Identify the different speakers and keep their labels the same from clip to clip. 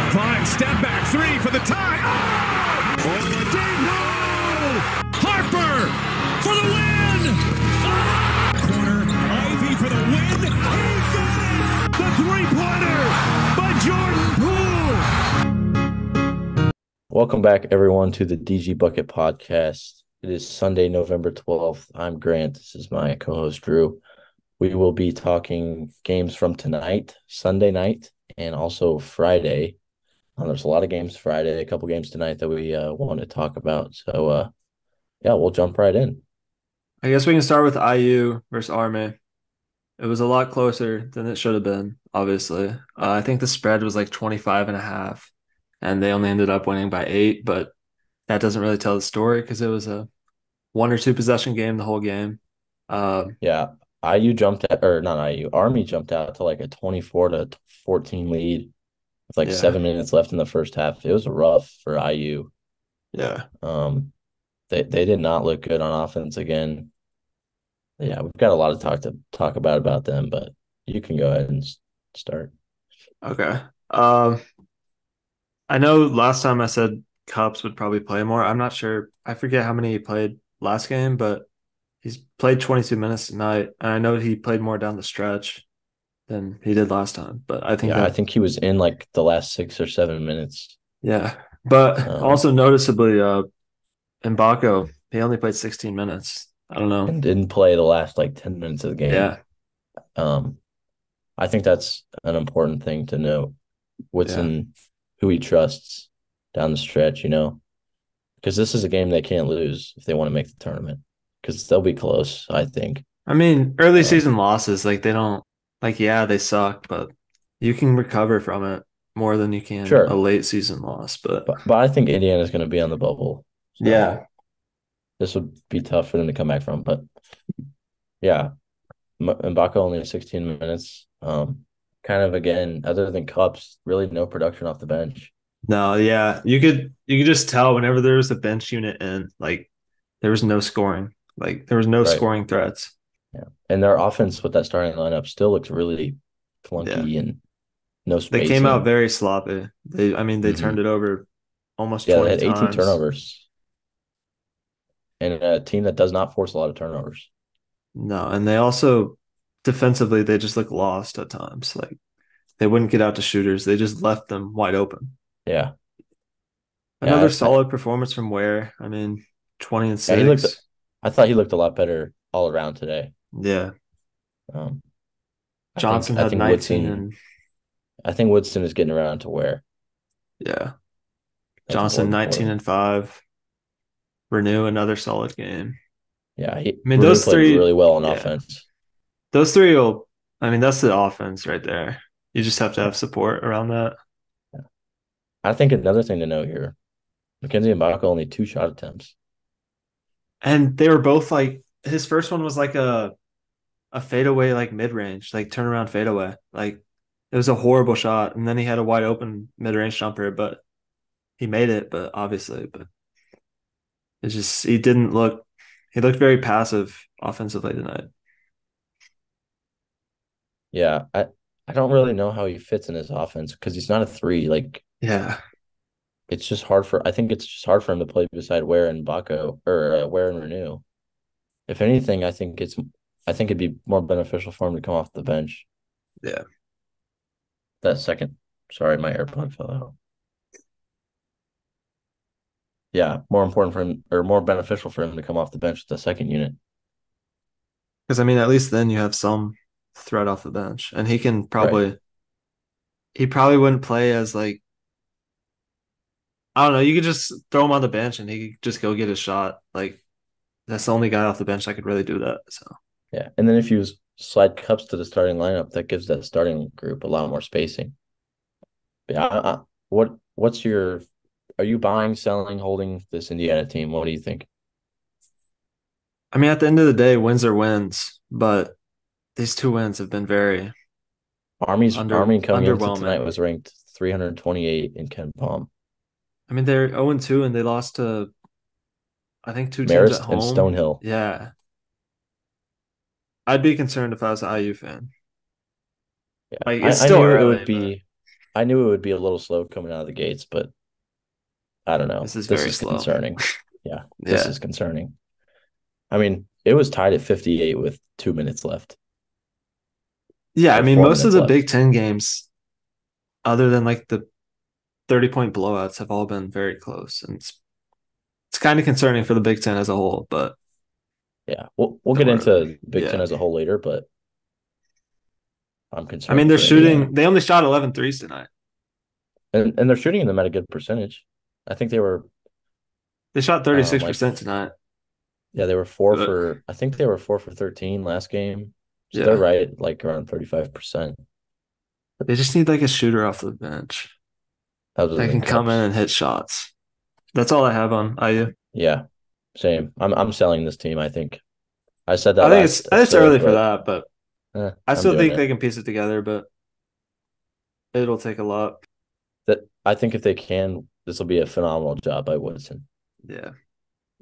Speaker 1: Klein, step back three for the tie. Oh! Dino! Harper for the win! Ah! Corner, Ivy for the win. He got it! The three-pointer by Jordan Poole.
Speaker 2: Welcome back, everyone, to the DG Bucket Podcast. It is Sunday, November 12th. I'm Grant. This is my co host, Drew. We will be talking games from tonight, Sunday night, and also Friday. Um, there's a lot of games Friday, a couple games tonight that we uh, want to talk about. So, uh, yeah, we'll jump right in.
Speaker 3: I guess we can start with IU versus Army. It was a lot closer than it should have been, obviously. Uh, I think the spread was like 25 and a half, and they only ended up winning by eight, but that doesn't really tell the story because it was a one or two possession game the whole game. Um,
Speaker 2: Yeah, IU jumped at, or not IU, Army jumped out to like a 24 to 14 lead with like
Speaker 3: Yeah.
Speaker 2: seven minutes left in the first half. It was rough for IU.
Speaker 3: yeah.
Speaker 2: Um, they they did not look good on offense again. Yeah, we've got a lot of talk to talk about about them, but you can go ahead and s- start.
Speaker 3: Okay. Um, I know last time I said Cups would probably play more. I'm not sure. I forget how many he played last game, but he's played 22 minutes tonight, and I know he played more down the stretch than he did last time. But I think
Speaker 2: Yeah, I
Speaker 3: that,
Speaker 2: think he was in like the last six or seven minutes.
Speaker 3: yeah. But
Speaker 2: Um,
Speaker 3: also noticeably, uh, Mbako, he only played 16 minutes. I don't know.
Speaker 2: And didn't play the last like 10 minutes of the game.
Speaker 3: Yeah,
Speaker 2: Um, I think that's an important thing to note. What's in who he trusts down the stretch, you know, because this is a game they can't lose if they want to make the tournament, because they'll be close, I think.
Speaker 3: I mean, early
Speaker 2: Yeah.
Speaker 3: season losses, like they don't, like yeah, they suck, but you can recover from it more than you can
Speaker 2: Sure.
Speaker 3: a late season loss. But
Speaker 2: But, but I think Indiana's going to be on the bubble. So
Speaker 3: Yeah.
Speaker 2: This would be tough for them to come back from. But yeah, M- Mbaka only 16 minutes. Um, kind of again, other than cups, really no production off the bench.
Speaker 3: No, yeah, you could you could just tell whenever there was a bench unit in, like there was no scoring, like there was no
Speaker 2: Right.
Speaker 3: scoring threats.
Speaker 2: And their offense with that starting lineup still looks really clunky and no
Speaker 3: They
Speaker 2: space.
Speaker 3: came out very sloppy. They, I mean, they
Speaker 2: Mhm.
Speaker 3: turned it over almost
Speaker 2: yeah, they
Speaker 3: 20
Speaker 2: had 18
Speaker 3: times.
Speaker 2: turnovers. And a team that does not force a lot of turnovers.
Speaker 3: No, and they also defensively they just looked lost at times. Like they wouldn't get out to shooters. They just left them wide open.
Speaker 2: Yeah. Yeah,
Speaker 3: Another
Speaker 2: I-
Speaker 3: solid performance from Ware. I mean, 20 and
Speaker 2: Yeah, he looked-
Speaker 3: six.
Speaker 2: I thought he looked a lot better all around today.
Speaker 3: Yeah.
Speaker 2: Um, I think-
Speaker 3: Johnson
Speaker 2: I
Speaker 3: had
Speaker 2: think
Speaker 3: 19
Speaker 2: Woodson-
Speaker 3: and
Speaker 2: I think Woodson is getting around to where
Speaker 3: yeah.
Speaker 2: that's
Speaker 3: Johnson
Speaker 2: important for
Speaker 3: 19
Speaker 2: him.
Speaker 3: and 5. Renew another solid game.
Speaker 2: yeah, he,
Speaker 3: mean,
Speaker 2: Rui
Speaker 3: those
Speaker 2: played
Speaker 3: three-
Speaker 2: really well on
Speaker 3: yeah.
Speaker 2: offense.
Speaker 3: Those three will I mean that's the offense right there. You just have to have support around that.
Speaker 2: I think another thing to note here, Mackenzie and Baca only two shot attempts.
Speaker 3: And they were both like his first one was like a a fadeaway like mid range, like turnaround fadeaway. Like it was a horrible shot. And then he had a wide open mid range jumper, but he made it, but obviously, but it just he didn't look he looked very passive offensively tonight.
Speaker 2: Yeah, I I don't really know how he fits in his offense because he's not a three. Like
Speaker 3: Yeah.
Speaker 2: it's just hard for I think it's just hard for him to play beside Ware and Baco or uh, Ware and Renew. If anything, I think it's I think it'd be more beneficial for him to come off the bench.
Speaker 3: Yeah.
Speaker 2: That second, sorry, my AirPod fell out. Yeah, more important for him or more beneficial for him to come off the bench with the second unit.
Speaker 3: Because I mean, at least then you have some threat off the bench, and he can probably he probably wouldn't play as like I don't know. You could just throw him on the bench, and he could just go get his shot. Like that's the only guy off the bench that could really do that. So
Speaker 2: Yeah, and then if you s- slide cups to the starting lineup, that gives that starting group a lot more spacing. Yeah, I, I, what what's your? Are you buying, selling, holding this Indiana team? What do you think?
Speaker 3: I mean, at the end of the day, wins are wins, but these two wins have been very
Speaker 2: Army's
Speaker 3: Under-
Speaker 2: Army coming into
Speaker 3: underwhelming.
Speaker 2: tonight was ranked 328 in Ken Palm.
Speaker 3: I mean, they're 0 2 and they lost to, I think, two teams
Speaker 2: Marist
Speaker 3: at
Speaker 2: and
Speaker 3: home.
Speaker 2: Stonehill.
Speaker 3: Yeah. I'd be concerned if I was an IU fan.
Speaker 2: Yeah.
Speaker 3: Like,
Speaker 2: I,
Speaker 3: it's
Speaker 2: I
Speaker 3: still
Speaker 2: knew it
Speaker 3: early,
Speaker 2: would be I knew it would be a little slow coming out of the gates, but I don't know.
Speaker 3: This is very slow.
Speaker 2: concerning. Yeah,
Speaker 3: Yeah.
Speaker 2: this is concerning. I mean, it was tied at 58 with two minutes left.
Speaker 3: Yeah, I
Speaker 2: Or
Speaker 3: mean,
Speaker 2: four
Speaker 3: most of
Speaker 2: minutes
Speaker 3: the
Speaker 2: left.
Speaker 3: Big Ten games, other than like the thirty-point blowouts, have all been very close, and it's it's kind of concerning for the Big Ten as a whole. But
Speaker 2: Yeah, we'll we'll
Speaker 3: Don't
Speaker 2: get
Speaker 3: worry.
Speaker 2: into Big
Speaker 3: Yeah.
Speaker 2: Ten as a whole later, but I'm
Speaker 3: I
Speaker 2: concerned.
Speaker 3: mean, they're
Speaker 2: for
Speaker 3: shooting.
Speaker 2: Indiana.
Speaker 3: They only shot 11 threes tonight.
Speaker 2: and, and they're shooting them at a good percentage. I think they were
Speaker 3: They shot 36 percent
Speaker 2: like-
Speaker 3: tonight.
Speaker 2: yeah they were four
Speaker 3: But-
Speaker 2: for I think they were four for 13 last game. So
Speaker 3: Yeah,
Speaker 2: they're right like around 35 percent.
Speaker 3: they just need like a shooter off the bench that can come in and hit shots. That's all I have on IU.
Speaker 2: Yeah, same. I'm I'm selling this team. I think I said that.
Speaker 3: I think
Speaker 2: last
Speaker 3: it's it's
Speaker 2: episode,
Speaker 3: early for
Speaker 2: but,
Speaker 3: that, but
Speaker 2: eh,
Speaker 3: I
Speaker 2: I'm
Speaker 3: still
Speaker 2: doing
Speaker 3: think
Speaker 2: it.
Speaker 3: they can piece it together. But it'll take a lot.
Speaker 2: that I think if they can, this will be a phenomenal job by Woodson.
Speaker 3: Yeah.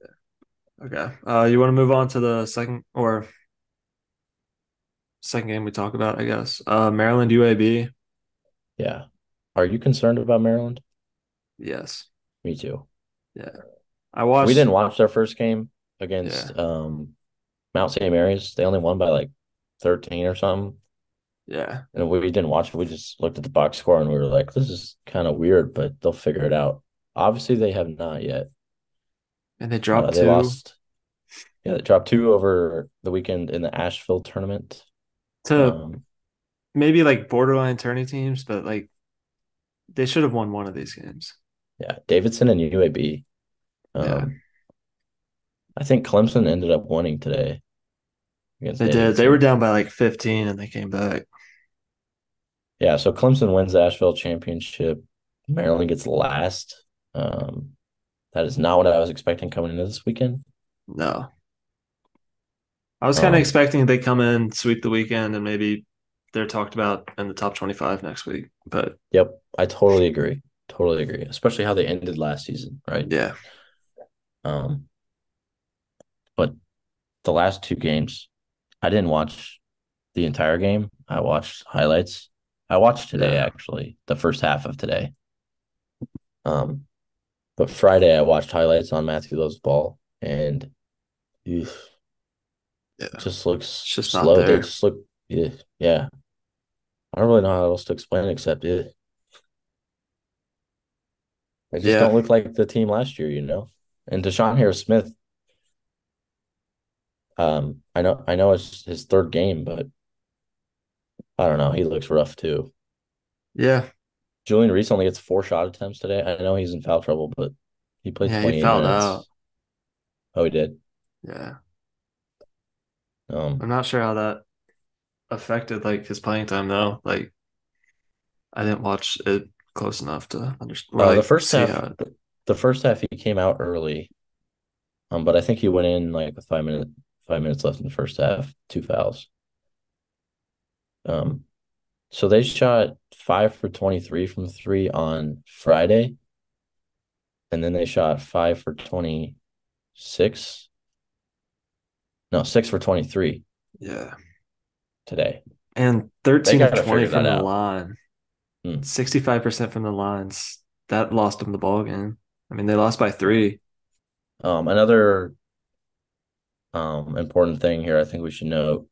Speaker 3: yeah. Okay. Uh, you want to move on to the second or second game we talk about, I guess. Uh, Maryland UAB.
Speaker 2: Yeah. Are you concerned about Maryland?
Speaker 3: Yes,
Speaker 2: Me too.
Speaker 3: I watched.
Speaker 2: We didn't watch their first game against um Mount St. Mary's. They only won by like 13 or something.
Speaker 3: Yeah,
Speaker 2: And we didn't watch it. We just looked at the box score and we were like, this is kind of weird, but they'll figure it out. Obviously, they have not yet.
Speaker 3: and they
Speaker 2: Uh,
Speaker 3: dropped
Speaker 2: they
Speaker 3: two.
Speaker 2: lost. Yeah, they dropped two over the weekend in the Asheville tournament.
Speaker 3: to
Speaker 2: Um,
Speaker 3: maybe like borderline tourney teams, but like they should have won one of these games.
Speaker 2: Yeah, Davidson and UAB. Um,
Speaker 3: Yeah.
Speaker 2: I think Clemson ended up winning today. against
Speaker 3: They did. They were
Speaker 2: Davidson.
Speaker 3: down by like 15 and they came back.
Speaker 2: Yeah, so Clemson wins the Asheville championship. Maryland gets last. Um, that is not what I was expecting coming into this weekend.
Speaker 3: No. I was kind of
Speaker 2: Um,
Speaker 3: expecting they come in, sweep the weekend, and maybe they're talked about in the top 25 next week. But
Speaker 2: Yep, I totally agree. Totally agree, especially how they ended last season, right?
Speaker 3: yeah,
Speaker 2: Um, but the last two games, I didn't watch the entire game. I watched highlights. I watched today
Speaker 3: Yeah.
Speaker 2: actually, the first half of today. Um, but Friday I watched highlights on Matthew Lowe's ball, and oof,
Speaker 3: Yeah.
Speaker 2: it just looks
Speaker 3: It's just not
Speaker 2: slow. They
Speaker 3: there.
Speaker 2: just look, yeah, yeah. I don't really know how else to explain it except it. They just
Speaker 3: Yeah.
Speaker 2: don't look like the team last year, you know. And Deshaun Harris Smith, um, I know, I know it's his third game, but I don't know. He looks rough too.
Speaker 3: yeah,
Speaker 2: Julian Reese only gets four shot attempts today. I know he's in foul trouble, but he played
Speaker 3: Yeah, he
Speaker 2: 28
Speaker 3: fouled
Speaker 2: minutes.
Speaker 3: out.
Speaker 2: Oh, he did.
Speaker 3: yeah. I'm
Speaker 2: Um,
Speaker 3: not sure how that affected like his playing time though. Like, I didn't watch it close enough to understand.
Speaker 2: uh, the first half, the first half he came out early, um, but I think he went in like with five minutes, five minutes left in the first half, two fouls. Um, so they shot five for 23 from three on Friday, and then they shot five for 26. No, six for 23
Speaker 3: yeah,
Speaker 2: today.
Speaker 3: and 13 of
Speaker 2: gotta
Speaker 3: 20
Speaker 2: figure
Speaker 3: from
Speaker 2: that
Speaker 3: the
Speaker 2: out.
Speaker 3: line,
Speaker 2: Hmm.
Speaker 3: 65% from the lines. That lost them the ball game. I mean, they lost by three.
Speaker 2: Um, another um important thing here, I think we should note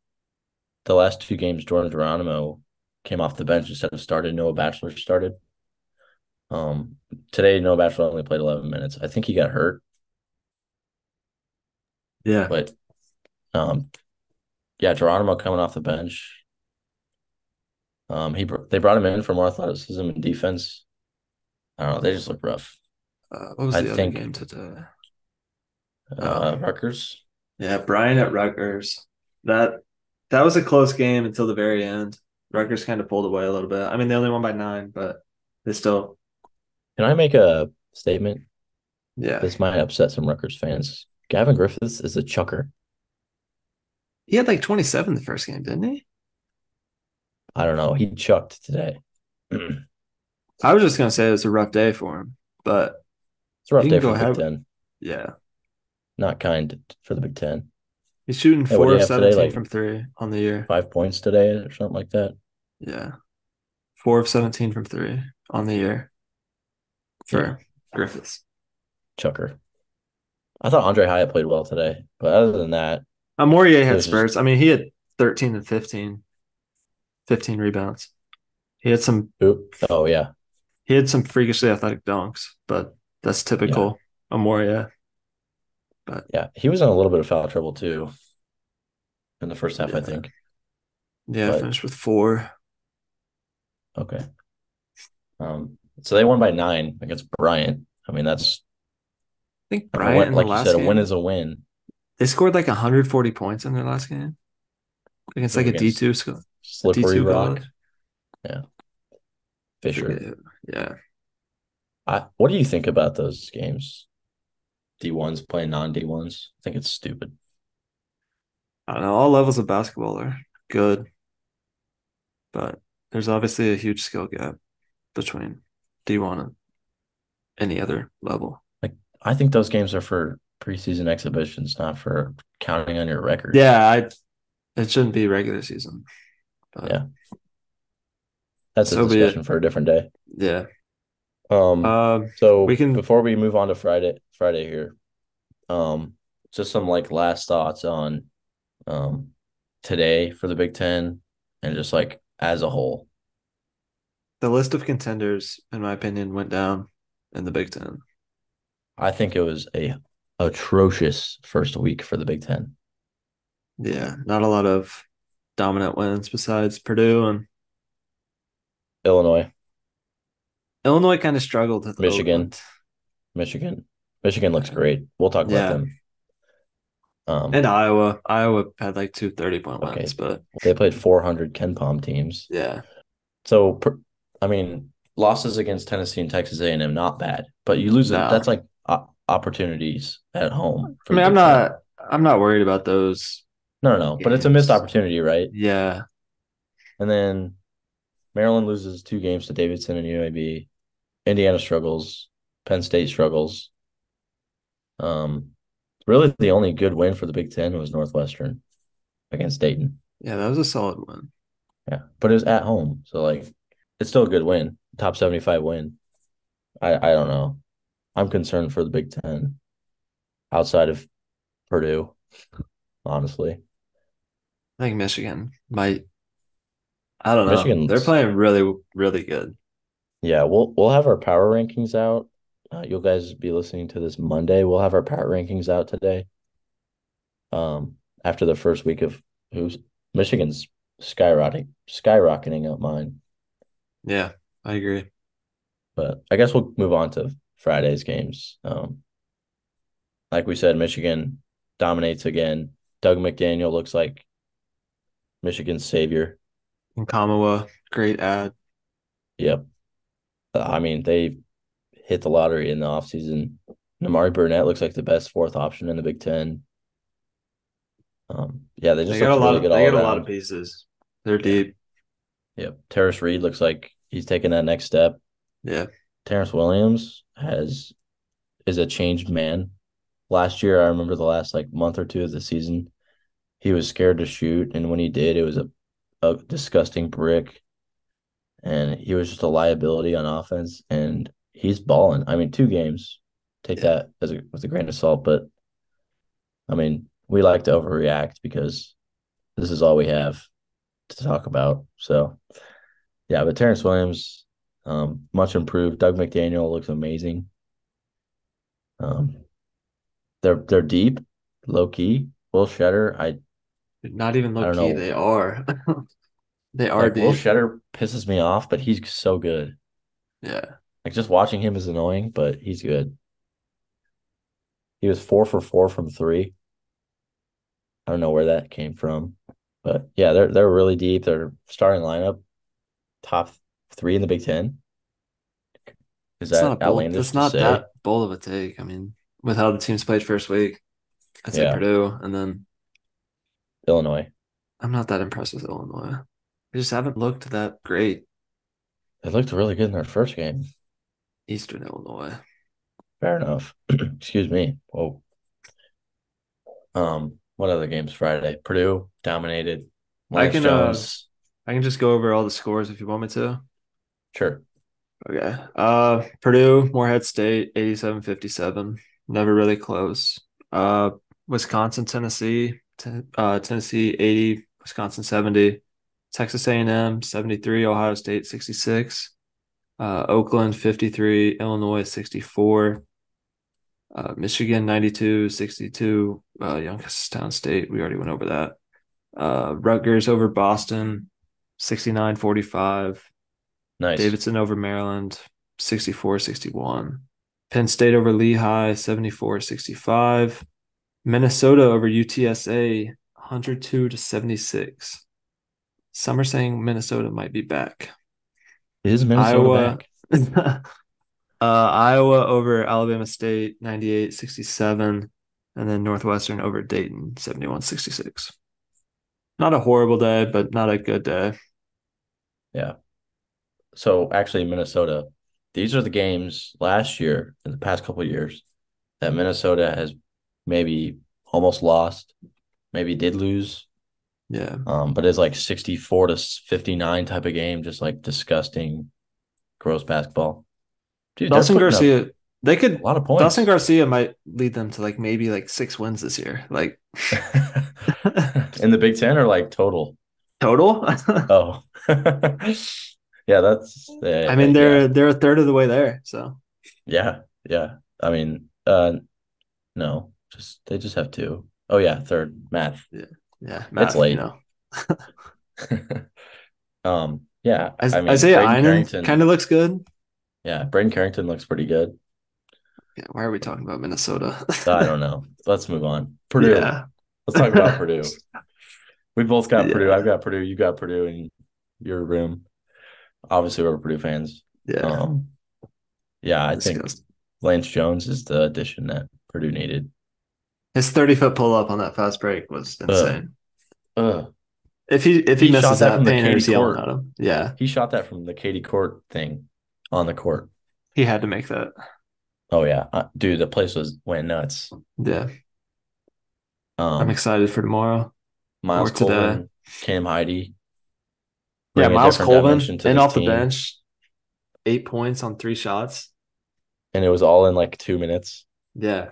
Speaker 2: the last two games Jordan Geronimo came off the bench instead of started. Noah Bachelor started. Um, today Noah Bachelor only played eleven minutes. I think he got hurt,
Speaker 3: Yeah,
Speaker 2: but um, yeah, Geronimo coming off the bench. Um, he br- they brought him in for more athleticism and defense. I don't know. They just look rough.
Speaker 3: uh, what was
Speaker 2: I
Speaker 3: the
Speaker 2: think-
Speaker 3: other game today?
Speaker 2: Uh,
Speaker 3: Oh.
Speaker 2: Rutgers.
Speaker 3: Yeah, Brian at Rutgers. That that was a close game until the very end. Rutgers kind of pulled away a little bit. I mean, they only won by nine, but they still,
Speaker 2: Can I make a statement?
Speaker 3: yeah.
Speaker 2: This might upset some Rutgers fans. Gavin Griffiths is a chucker.
Speaker 3: He had like 27 the first game, didn't he?
Speaker 2: I don't know. He chucked today. it's
Speaker 3: I was just gonna say it was a rough day for him, but
Speaker 2: a rough
Speaker 3: You
Speaker 2: day
Speaker 3: can
Speaker 2: for
Speaker 3: go
Speaker 2: the
Speaker 3: ahead.
Speaker 2: Big Ten.
Speaker 3: yeah,
Speaker 2: Not kind for the Big Ten.
Speaker 3: he's shooting
Speaker 2: Hey, what do
Speaker 3: four
Speaker 2: you
Speaker 3: of
Speaker 2: have Oh, today,
Speaker 3: 17
Speaker 2: like-
Speaker 3: from three on the year.
Speaker 2: Five points today or something like that.
Speaker 3: Yeah, four of 17 from three on the year for Griffiths.
Speaker 2: Chucker. I thought Andre Hyatt played well today, but other than that,
Speaker 3: Amorier had
Speaker 2: This is-
Speaker 3: spurts. I mean, he had 13 and 15, 15 rebounds. He had some
Speaker 2: oop. Oh yeah,
Speaker 3: He had some freakishly athletic dunks, but that's typical Amoria.
Speaker 2: yeah. He was in a little bit of foul trouble too in the first half, I
Speaker 3: Yeah.
Speaker 2: think.
Speaker 3: Yeah,
Speaker 2: But-
Speaker 3: finished with four.
Speaker 2: Okay. Um, so they won by nine against Bryant. I mean, that's
Speaker 3: I think
Speaker 2: I mean,
Speaker 3: Bryant
Speaker 2: what-
Speaker 3: in
Speaker 2: like
Speaker 3: the
Speaker 2: you
Speaker 3: last
Speaker 2: said,
Speaker 3: game,
Speaker 2: a win is a win.
Speaker 3: they scored like 140 points in their last game against like a
Speaker 2: Against
Speaker 3: D2 school.
Speaker 2: Slippery
Speaker 3: D2
Speaker 2: rock,
Speaker 3: college.
Speaker 2: Fisher.
Speaker 3: Yeah.
Speaker 2: I, what do you think about those games? D ones playing non D ones. I think it's stupid.
Speaker 3: I don't know. All levels of basketball are good, but there's obviously a huge skill gap between D1 and any other level.
Speaker 2: I think those games are for preseason exhibitions, not for counting on your record.
Speaker 3: Yeah, I, it shouldn't be regular season. But
Speaker 2: Yeah. that's a
Speaker 3: so be it.
Speaker 2: discussion for a different day.
Speaker 3: Yeah.
Speaker 2: Um,
Speaker 3: Um,
Speaker 2: So
Speaker 3: We can-
Speaker 2: before we move on to Friday Friday here, um, just some like last thoughts on um today for the Big Ten and just like as a whole.
Speaker 3: The list of contenders, in my opinion, went down in the Big Ten.
Speaker 2: I think it was a atrocious first week for the Big Ten.
Speaker 3: Yeah, not a lot of dominant wins besides Purdue and
Speaker 2: Illinois,
Speaker 3: Illinois kind of struggled. With
Speaker 2: Michigan.
Speaker 3: Oakland.
Speaker 2: Michigan. Michigan looks great. We'll talk about
Speaker 3: Yeah.
Speaker 2: them. Um
Speaker 3: and uh, Iowa. Iowa had like two 30 point
Speaker 2: Okay.
Speaker 3: wins, but
Speaker 2: they played 400 Ken Palm teams.
Speaker 3: yeah,
Speaker 2: So, per- I mean, losses against Tennessee and Texas A and M not bad, but you lose
Speaker 3: No.
Speaker 2: that's like o- opportunities at home.
Speaker 3: I
Speaker 2: for
Speaker 3: mean,
Speaker 2: the Big Ten.
Speaker 3: I'm not, I'm not worried about those.
Speaker 2: No, no, no, but it's a missed
Speaker 3: games.
Speaker 2: opportunity, right?
Speaker 3: Yeah,
Speaker 2: And then Maryland loses two games to Davidson and UAB. Indiana struggles. Penn State struggles. Um, really, the only good win for the Big Ten was Northwestern against Dayton.
Speaker 3: yeah, that was a solid one.
Speaker 2: Yeah, but it was at home, so like it's still a good win, top seventy five win. I I don't know. I'm concerned for the Big Ten, outside of Purdue, honestly.
Speaker 3: I think Michigan might. I don't know.
Speaker 2: Michigan's-
Speaker 3: They're playing really, really good.
Speaker 2: Yeah, we'll we'll have our power rankings out. Uh, you guys be listening to this Monday. We'll have our power rankings out today. Um, after the first week of who's Michigan's skyrocketing skyrocketing up mine.
Speaker 3: Yeah, I agree.
Speaker 2: but I guess we'll move on to Friday's games. Um, like we said, Michigan dominates again. Doug McDaniel looks like Michigan's savior.
Speaker 3: And Kamawa, great ad.
Speaker 2: Yep. Uh, I mean, they hit the lottery in the offseason. Namari Burnett looks like the best fourth option in the Big Ten. Um, yeah, they just
Speaker 3: They got a
Speaker 2: look
Speaker 3: lot
Speaker 2: really
Speaker 3: of,
Speaker 2: good
Speaker 3: they
Speaker 2: all
Speaker 3: got a lot of
Speaker 2: around.
Speaker 3: pieces. They're deep.
Speaker 2: Yep. Terrace Reed looks like he's taking that next step.
Speaker 3: Yeah.
Speaker 2: Terrence Williams has is a changed man. Last year, I remember the last like month or two of the season, he was scared to shoot, and when he did, it was a, a disgusting brick. And he was just a liability on offense, and he's balling. I mean, two games, take
Speaker 3: Yeah.
Speaker 2: that as a, with a grain of salt, but I mean, we like to overreact because this is all we have to talk about. So, yeah, but Terrence Williams, um, much improved. Doug McDaniel looks amazing. Um, they're they're deep, low key. Will Shedder, I
Speaker 3: Not even
Speaker 2: I
Speaker 3: low
Speaker 2: don't
Speaker 3: key,
Speaker 2: know.
Speaker 3: they are. they are
Speaker 2: like, Will
Speaker 3: deep.
Speaker 2: Shedder pisses me off, but he's so good.
Speaker 3: Yeah.
Speaker 2: Like just watching him is annoying, but he's good. He was four for four from three. I don't know where that came from, but yeah, they're they're really deep. Their starting lineup, top three in the Big Ten. Is
Speaker 3: It's
Speaker 2: that
Speaker 3: not, a bold,
Speaker 2: outlandish?
Speaker 3: it's
Speaker 2: to
Speaker 3: not
Speaker 2: say?
Speaker 3: that bold of a take. I mean, with how the teams played first week, I'd say
Speaker 2: Yeah.
Speaker 3: Purdue, and then
Speaker 2: Illinois.
Speaker 3: I'm not that impressed with Illinois. They just haven't looked that great,
Speaker 2: They looked really good in their first game.
Speaker 3: Eastern Illinois.
Speaker 2: Fair enough. Excuse me. Whoa. Um, what other games Friday? Purdue dominated.
Speaker 3: I
Speaker 2: Lance
Speaker 3: can, uh,
Speaker 2: Jones.
Speaker 3: I can just go over all the scores if you want me to.
Speaker 2: Sure.
Speaker 3: Okay. Uh, Purdue, Morehead State, 87 57. Never really close. Uh, Wisconsin, Tennessee, ten, uh, Tennessee 80, Wisconsin 70, Texas A&M 73, Ohio State 66, uh, Oakland 53, Illinois 64, uh, Michigan 92, 62, uh, Youngstown State. We already went over that. Uh, Rutgers over Boston 69 45.
Speaker 2: Nice.
Speaker 3: Davidson over Maryland, 64 61. Penn State over Lehigh, 74 65. Minnesota over UTSA, 102 to 76. Some are saying Minnesota might be back.
Speaker 2: Is Minnesota
Speaker 3: Iowa-
Speaker 2: back?
Speaker 3: uh, Iowa over Alabama State, 98 67. And then Northwestern over Dayton, 71 66. Not a horrible day, but not a good day.
Speaker 2: So actually, Minnesota. These are the games last year in the past couple of years that Minnesota has maybe almost lost, maybe did lose,
Speaker 3: Yeah.
Speaker 2: um, but it's like sixty-four to fifty-nine type of game, just like disgusting, gross basketball. Dude, they're
Speaker 3: Dawson
Speaker 2: putting up
Speaker 3: Garcia, they could
Speaker 2: a lot of points.
Speaker 3: Dawson Garcia might lead them to like maybe like six wins this year, like
Speaker 2: in the Big Ten or like total?
Speaker 3: total.
Speaker 2: Oh, yeah, that's. eh,
Speaker 3: I mean,
Speaker 2: yeah.
Speaker 3: they're they're a third of the way there. So
Speaker 2: Yeah, yeah. I mean, uh, no, just they just have two. Oh yeah, third math.
Speaker 3: yeah, math,
Speaker 2: late.
Speaker 3: You know.
Speaker 2: um, yeah.
Speaker 3: I,
Speaker 2: I mean,
Speaker 3: Isaiah
Speaker 2: Braden
Speaker 3: Einen
Speaker 2: Carrington.
Speaker 3: kind of looks good.
Speaker 2: yeah, Braden Carrington looks pretty good.
Speaker 3: Yeah, why are we talking about Minnesota?
Speaker 2: I don't know. Let's move on. Uh, Purdue.
Speaker 3: Yeah,
Speaker 2: Let's talk about Purdue. We both got
Speaker 3: Yeah.
Speaker 2: Purdue. I've got Purdue. You got Purdue in your room. Obviously, we're Purdue fans.
Speaker 3: yeah.
Speaker 2: Um, yeah, I think
Speaker 3: Disgusting.
Speaker 2: Lance Jones is the addition that Purdue needed.
Speaker 3: his thirty foot pull up on that fast break was insane.
Speaker 2: Ugh.
Speaker 3: if he if he,
Speaker 2: He shot
Speaker 3: misses
Speaker 2: that
Speaker 3: that,
Speaker 2: from the
Speaker 3: Painter's
Speaker 2: Katie
Speaker 3: yelling
Speaker 2: Court.
Speaker 3: at him. Yeah,
Speaker 2: He shot that from the Katie Court thing on the court.
Speaker 3: he had to make that.
Speaker 2: Oh yeah, uh, dude, the place was went nuts.
Speaker 3: Yeah, I'm
Speaker 2: Um,
Speaker 3: excited for tomorrow.
Speaker 2: Miles
Speaker 3: more today.
Speaker 2: Colvin, Cam Heidi. bring
Speaker 3: Yeah,
Speaker 2: a
Speaker 3: Miles
Speaker 2: different
Speaker 3: Colvin
Speaker 2: dimension to
Speaker 3: in
Speaker 2: this
Speaker 3: off the
Speaker 2: team.
Speaker 3: bench, eight points on three shots.
Speaker 2: and it was all in like two minutes.
Speaker 3: Yeah,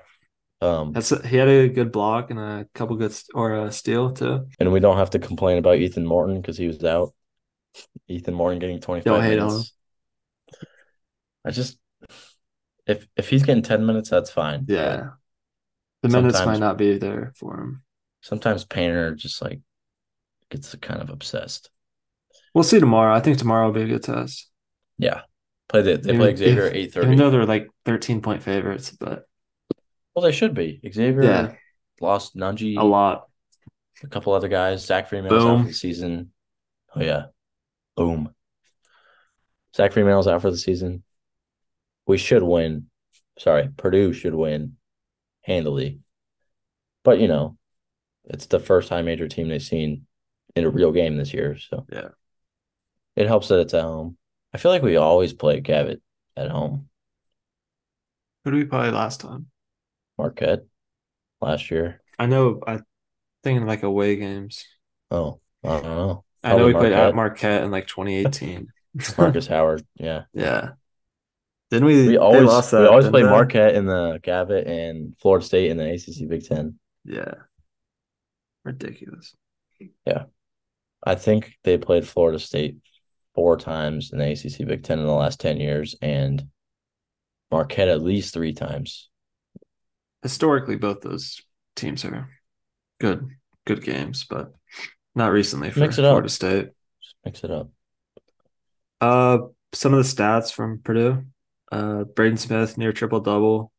Speaker 2: Um,
Speaker 3: That's he had a good block and a couple good st- or a steal too.
Speaker 2: and we don't have to complain about Ethan Morton because he was out. Ethan Morton getting twenty five
Speaker 3: Don't hate on
Speaker 2: minutes. I just if if he's getting ten minutes, that's fine. but
Speaker 3: Yeah, the minutes
Speaker 2: Sometimes-
Speaker 3: might not be there for him.
Speaker 2: sometimes Painter just like gets kind of obsessed.
Speaker 3: We'll see tomorrow. I think tomorrow will be a good test.
Speaker 2: Yeah, play the, they
Speaker 3: Even
Speaker 2: play
Speaker 3: if-
Speaker 2: Xavier at eight
Speaker 3: Even
Speaker 2: thirty.
Speaker 3: though they're like thirteen point favorites, but
Speaker 2: Well, they should be. Xavier
Speaker 3: Yeah.
Speaker 2: lost Nunji
Speaker 3: a lot.
Speaker 2: a couple other guys. Zach Freeman's out
Speaker 3: Boom.
Speaker 2: for the season. Oh yeah, boom. Zach Freeman's out for the season. We should win. Sorry, Purdue should win handily. But you know, it's the first high major team they've seen in a real game this year, so
Speaker 3: Yeah.
Speaker 2: it helps that it's at home. I feel like we always play Gavitt at home.
Speaker 3: Who do we play last time?
Speaker 2: Marquette last year.
Speaker 3: I know. I thinking like away games.
Speaker 2: Oh, I don't know.
Speaker 3: I know
Speaker 2: Probably
Speaker 3: we played
Speaker 2: Marquette.
Speaker 3: at Marquette in like twenty eighteen.
Speaker 2: Marcus Howard, yeah.
Speaker 3: yeah. Didn't we?
Speaker 2: We
Speaker 3: they
Speaker 2: always
Speaker 3: lost
Speaker 2: we
Speaker 3: that,
Speaker 2: always
Speaker 3: didn't
Speaker 2: play
Speaker 3: they?
Speaker 2: Marquette in the Gavitt and Florida State in the ACC Big Ten.
Speaker 3: Yeah. Ridiculous.
Speaker 2: I think they played Florida State four times in the ACC Big Ten in the last ten years, and Marquette at least three times.
Speaker 3: historically both those teams are good good games but not recently for
Speaker 2: Mix it up.
Speaker 3: florida state
Speaker 2: Just mix it up.
Speaker 3: uh some of the stats from purdue uh braden smith near triple double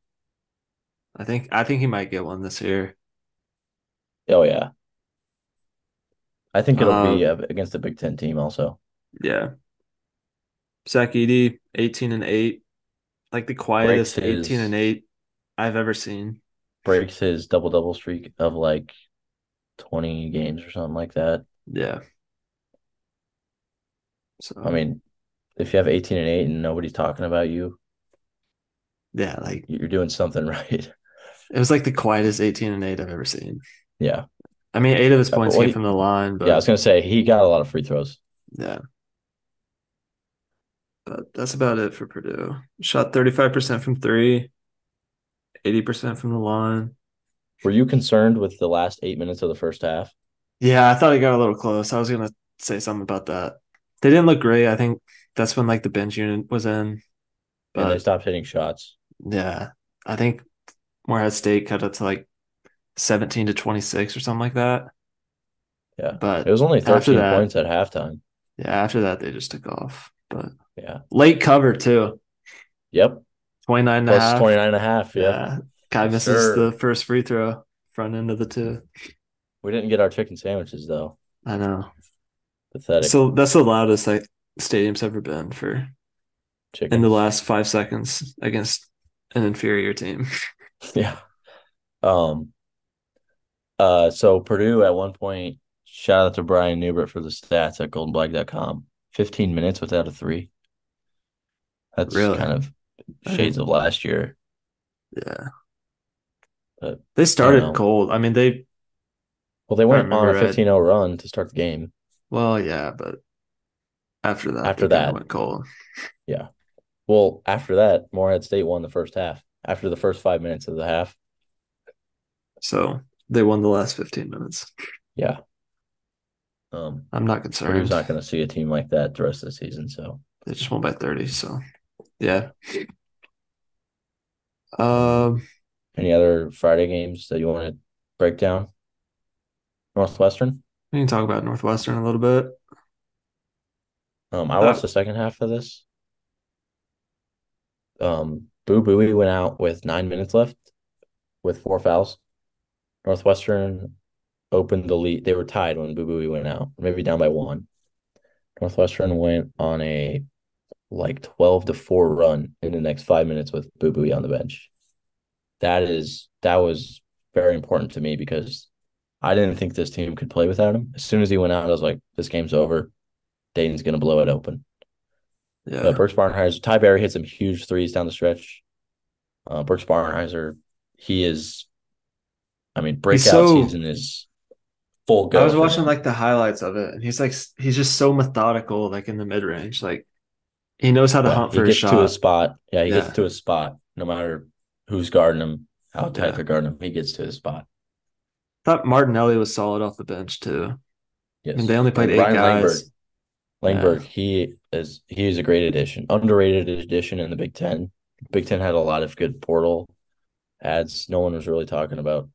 Speaker 3: i think i think he might get one this year
Speaker 2: Oh yeah, I think it'll be
Speaker 3: Um,
Speaker 2: uh, against the Big Ten team also.
Speaker 3: yeah zach Edey, 18 and 8 like the quietest 18
Speaker 2: his-
Speaker 3: and 8 i've ever seen
Speaker 2: Breaks his double double streak of like twenty games or something like that.
Speaker 3: yeah so
Speaker 2: I mean, if you have eighteen and eight and nobody's talking about you,
Speaker 3: yeah like
Speaker 2: you're doing something right.
Speaker 3: it was like the quietest 18 and 8 i've ever seen
Speaker 2: Yeah.
Speaker 3: I mean, eight of his points
Speaker 2: well,
Speaker 3: came
Speaker 2: he-
Speaker 3: from the line, but
Speaker 2: yeah, I was gonna say he got a lot of free throws.
Speaker 3: yeah. But that's about it for Purdue. Shot 35% from three, 80% from the line.
Speaker 2: Were you concerned with the last eight minutes of the first half?
Speaker 3: Yeah, I thought it got a little close. I was gonna say something about that. They didn't look great. I think that's when like the bench unit was in.
Speaker 2: and they
Speaker 3: But
Speaker 2: stopped hitting shots.
Speaker 3: yeah, I think Morehead State cut it to like seventeen to twenty six or something like that.
Speaker 2: Yeah.
Speaker 3: But
Speaker 2: It was only
Speaker 3: After
Speaker 2: 13
Speaker 3: that-
Speaker 2: points at halftime.
Speaker 3: yeah, after that they just took off. But
Speaker 2: Yeah.
Speaker 3: late cover too.
Speaker 2: Yep.
Speaker 3: 29 and a
Speaker 2: Plus
Speaker 3: half.
Speaker 2: 29 and a half. Yeah.
Speaker 3: Yeah. Guy
Speaker 2: Yes,
Speaker 3: misses
Speaker 2: sir.
Speaker 3: the first free throw, front end of the two.
Speaker 2: We didn't get our chicken sandwiches, though.
Speaker 3: I know.
Speaker 2: Pathetic.
Speaker 3: So that's the loudest like stadium's ever been for
Speaker 2: chicken.
Speaker 3: in the last five seconds against an inferior team.
Speaker 2: Yeah. Um uh so Purdue at one point, shout out to Brian Newbert for the stats at goldenblag.com. 15 minutes without a three. That's
Speaker 3: Really?
Speaker 2: kind of
Speaker 3: I
Speaker 2: shades of last year.
Speaker 3: Yeah.
Speaker 2: But
Speaker 3: they started
Speaker 2: know.
Speaker 3: cold. I mean, they,
Speaker 2: Well, they went on
Speaker 3: remember
Speaker 2: a
Speaker 3: right.
Speaker 2: 15 0 run to start the game.
Speaker 3: well, yeah, but after that,
Speaker 2: After
Speaker 3: they kinda
Speaker 2: that.
Speaker 3: went cold.
Speaker 2: Well, after that, Morehead State won the first half. After the first five minutes of the half.
Speaker 3: So they won the last 15 minutes.
Speaker 2: Yeah. Um
Speaker 3: I'm not concerned.
Speaker 2: Purdue's not gonna see a team like that the rest of the season, so
Speaker 3: They just won by 30. So, yeah. Um,
Speaker 2: Any other Friday games that you want to break down? Northwestern.
Speaker 3: we can talk about Northwestern a little bit.
Speaker 2: Um, I
Speaker 3: Uh,
Speaker 2: watched the second half of this. Um, Boo Booey went out with nine minutes left, with four fouls. Northwestern opened the lead. They were tied when Boo Booey went out, maybe down by one. Northwestern went on a like twelve to four run in the next five minutes with Boo Booey on the bench. That is that was very important to me because I didn't think this team could play without him. As soon as he went out, I was like, this game's over. Dayton's gonna blow it open.
Speaker 3: Yeah.
Speaker 2: But Brooks Barnheiser, Ty Barry hit some huge threes down the stretch. Uh, Brooks Barnheiser, he is, I mean, breakout
Speaker 3: so-
Speaker 2: season is full go.
Speaker 3: I was
Speaker 2: for
Speaker 3: watching
Speaker 2: him.
Speaker 3: like the highlights of it, and he's like, s- he's just so methodical, like in the mid range. Like, he knows how to
Speaker 2: Well,
Speaker 3: hunt
Speaker 2: he
Speaker 3: for a
Speaker 2: gets
Speaker 3: shot.
Speaker 2: to a spot. Yeah, he
Speaker 3: Yeah.
Speaker 2: gets to a spot, no matter who's guarding him, how tight
Speaker 3: Yeah.
Speaker 2: they're guarding him. He gets to his spot.
Speaker 3: thought Martinelli was solid off the bench, too.
Speaker 2: Yes.
Speaker 3: And they only played eight
Speaker 2: Brian
Speaker 3: guys.
Speaker 2: Langberg, Langberg, he is he is a great addition, underrated addition in the Big Ten. Big Ten had a lot of good portal ads. No one was really talking about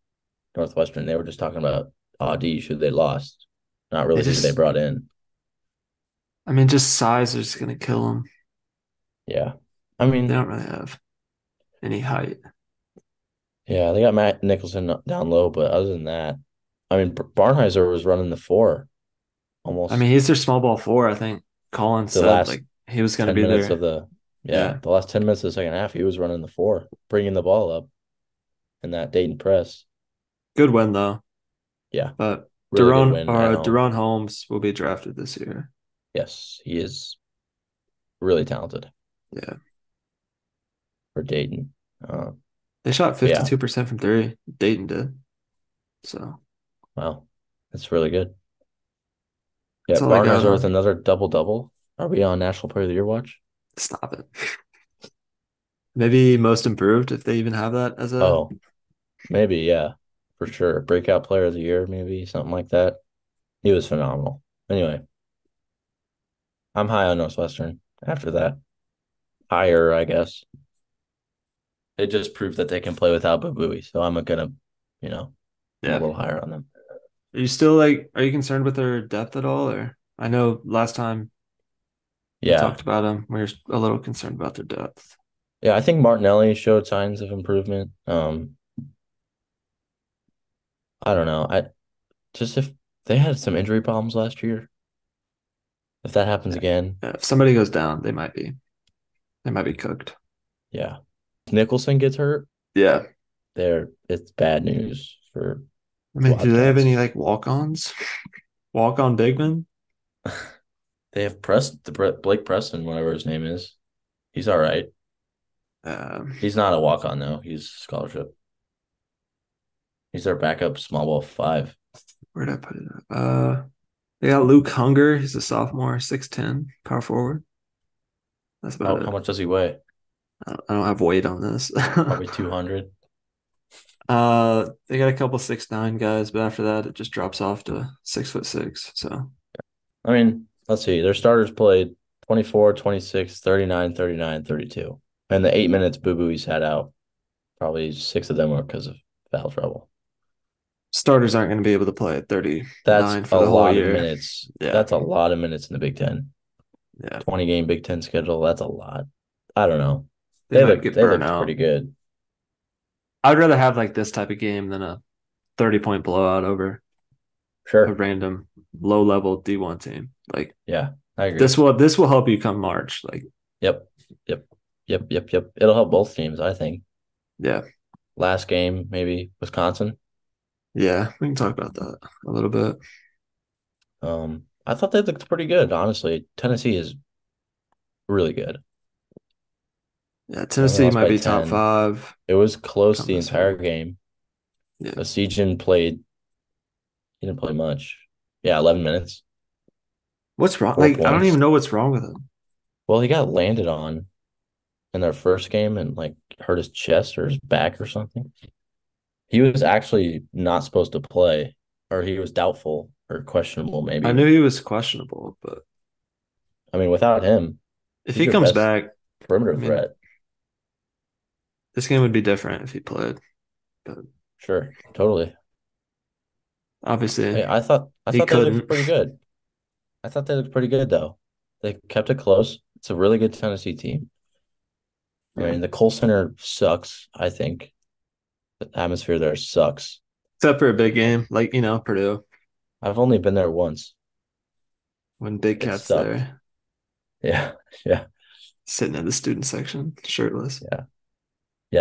Speaker 2: Northwestern. They were just talking about Audish, who they lost, not really
Speaker 3: It is-
Speaker 2: who they brought in.
Speaker 3: I mean, just size is just gonna kill them.
Speaker 2: Yeah, I
Speaker 3: They
Speaker 2: mean,
Speaker 3: don't really have any height.
Speaker 2: yeah, they got Matt Nicholson down low, but other than that, I mean, Barnheiser was running the four almost.
Speaker 3: I mean, he's their small ball four. I think Collins
Speaker 2: The
Speaker 3: said
Speaker 2: last
Speaker 3: like he was gonna
Speaker 2: 10
Speaker 3: be
Speaker 2: minutes
Speaker 3: there.
Speaker 2: of the yeah,
Speaker 3: Yeah.
Speaker 2: the last 10 minutes of the second half he was running the four bringing the ball up in that Dayton press
Speaker 3: Good win though.
Speaker 2: Yeah.
Speaker 3: But
Speaker 2: Really good
Speaker 3: Duron
Speaker 2: win at
Speaker 3: or
Speaker 2: home.
Speaker 3: Duron Holmes will be drafted this year.
Speaker 2: yes he is really talented
Speaker 3: Yeah.
Speaker 2: for Dayton uh,
Speaker 3: They shot
Speaker 2: Yeah.
Speaker 3: fifty two percent from three. Dayton did. So
Speaker 2: wow that's really good yeah
Speaker 3: That's all I got,
Speaker 2: Barnheiser with
Speaker 3: huh?
Speaker 2: another double double are we on National Player of the Year watch
Speaker 3: stop it. Maybe most improved if they even have that as a
Speaker 2: oh maybe yeah for sure breakout player of the year maybe something like that he was phenomenal anyway I'm high on Northwestern after that. Higher, I guess. It just proved that they can play without Babui, so I'm gonna, you know, I'm
Speaker 3: Yeah.
Speaker 2: a little higher on them.
Speaker 3: Are you still like are you concerned with their depth at all or I know last time we
Speaker 2: Yeah,
Speaker 3: talked about them, we were a little concerned about their depth.
Speaker 2: yeah. I think Martinelli showed signs of improvement. Um, I don't know. I just if they had some injury problems last year, if that happens again,
Speaker 3: Yeah, if somebody goes down, they might be, they might be cooked.
Speaker 2: yeah. If Nicholson gets hurt,
Speaker 3: Yeah.
Speaker 2: there it's bad news for
Speaker 3: I mean, do they have
Speaker 2: Wildcats.
Speaker 3: any like walk-ons? Walk-on big men?
Speaker 2: They have Preston, the Bre- Blake Preston, whatever his name is. He's all right.
Speaker 3: Um,
Speaker 2: He's not a walk on though. He's scholarship. He's their backup small ball five.
Speaker 3: where did I put it? Uh, they got Luke Hunger. He's a sophomore, six ten, power forward. That's about
Speaker 2: How,
Speaker 3: it.
Speaker 2: how much does he weigh?
Speaker 3: I don't- I don't have weight on this.
Speaker 2: Probably 200.
Speaker 3: Uh, they got a couple six nine guys, but after that, it just drops off to six foot six. So
Speaker 2: I mean, let's see. Their starters played 24, 26, 39, 39, 32. And the eight minutes Boo Boo's had out, probably six of them were because of foul trouble.
Speaker 3: starters aren't going to be able to play at thirty.
Speaker 2: That's
Speaker 3: Nine
Speaker 2: a
Speaker 3: for the whole
Speaker 2: lot of
Speaker 3: year.
Speaker 2: minutes.
Speaker 3: Yeah.
Speaker 2: That's a lot of minutes in the Big Ten.
Speaker 3: Yeah,
Speaker 2: 20 game Big Ten schedule. That's a lot. I don't know.
Speaker 3: they,
Speaker 2: They,
Speaker 3: might
Speaker 2: look,
Speaker 3: get
Speaker 2: they
Speaker 3: burned
Speaker 2: looked
Speaker 3: out.
Speaker 2: pretty good.
Speaker 3: I'd rather have like this type of game than a thirty point blowout over a
Speaker 2: Sure.
Speaker 3: random low level D one team. Like
Speaker 2: Yeah. I agree.
Speaker 3: this will this will help you come March. Like
Speaker 2: Yep. Yep. Yep. Yep. Yep. It'll help both teams, I think.
Speaker 3: yeah,
Speaker 2: Last game, maybe Wisconsin.
Speaker 3: yeah, we can talk about that a little bit.
Speaker 2: Um, I thought they looked pretty good, honestly. Tennessee is really good.
Speaker 3: Yeah, Tennessee
Speaker 2: lost
Speaker 3: might
Speaker 2: by
Speaker 3: be top
Speaker 2: 10.
Speaker 3: five.
Speaker 2: It was close the
Speaker 3: Thomas.
Speaker 2: entire game.
Speaker 3: Yeah.
Speaker 2: Asijin played he didn't play much. Yeah, eleven minutes.
Speaker 3: What's wrong?
Speaker 2: Four
Speaker 3: Like I don't
Speaker 2: points.
Speaker 3: even know what's wrong with him.
Speaker 2: Well, he got landed on in their first game and like hurt his chest or his back or something. He was actually not supposed to play, or he was doubtful or questionable, maybe.
Speaker 3: I knew he was questionable, but
Speaker 2: I mean, without him,
Speaker 3: if
Speaker 2: He's
Speaker 3: he
Speaker 2: your
Speaker 3: comes
Speaker 2: best-
Speaker 3: back,
Speaker 2: perimeter
Speaker 3: I mean-
Speaker 2: threat.
Speaker 3: this game would be different if he played.
Speaker 2: Sure, totally.
Speaker 3: Obviously,
Speaker 2: Hey, I thought I
Speaker 3: He
Speaker 2: thought they
Speaker 3: couldn't.
Speaker 2: looked pretty good. I thought they looked pretty good though. They kept it close. It's a really good Tennessee team. I
Speaker 3: Yeah.
Speaker 2: mean, the Cole Center sucks. I think the atmosphere there sucks.
Speaker 3: except for a big game like you know Purdue
Speaker 2: I've only been there once.
Speaker 3: when Big
Speaker 2: It
Speaker 3: Cat's
Speaker 2: sucked.
Speaker 3: there
Speaker 2: Yeah, yeah,
Speaker 3: sitting in the student section shirtless.
Speaker 2: yeah.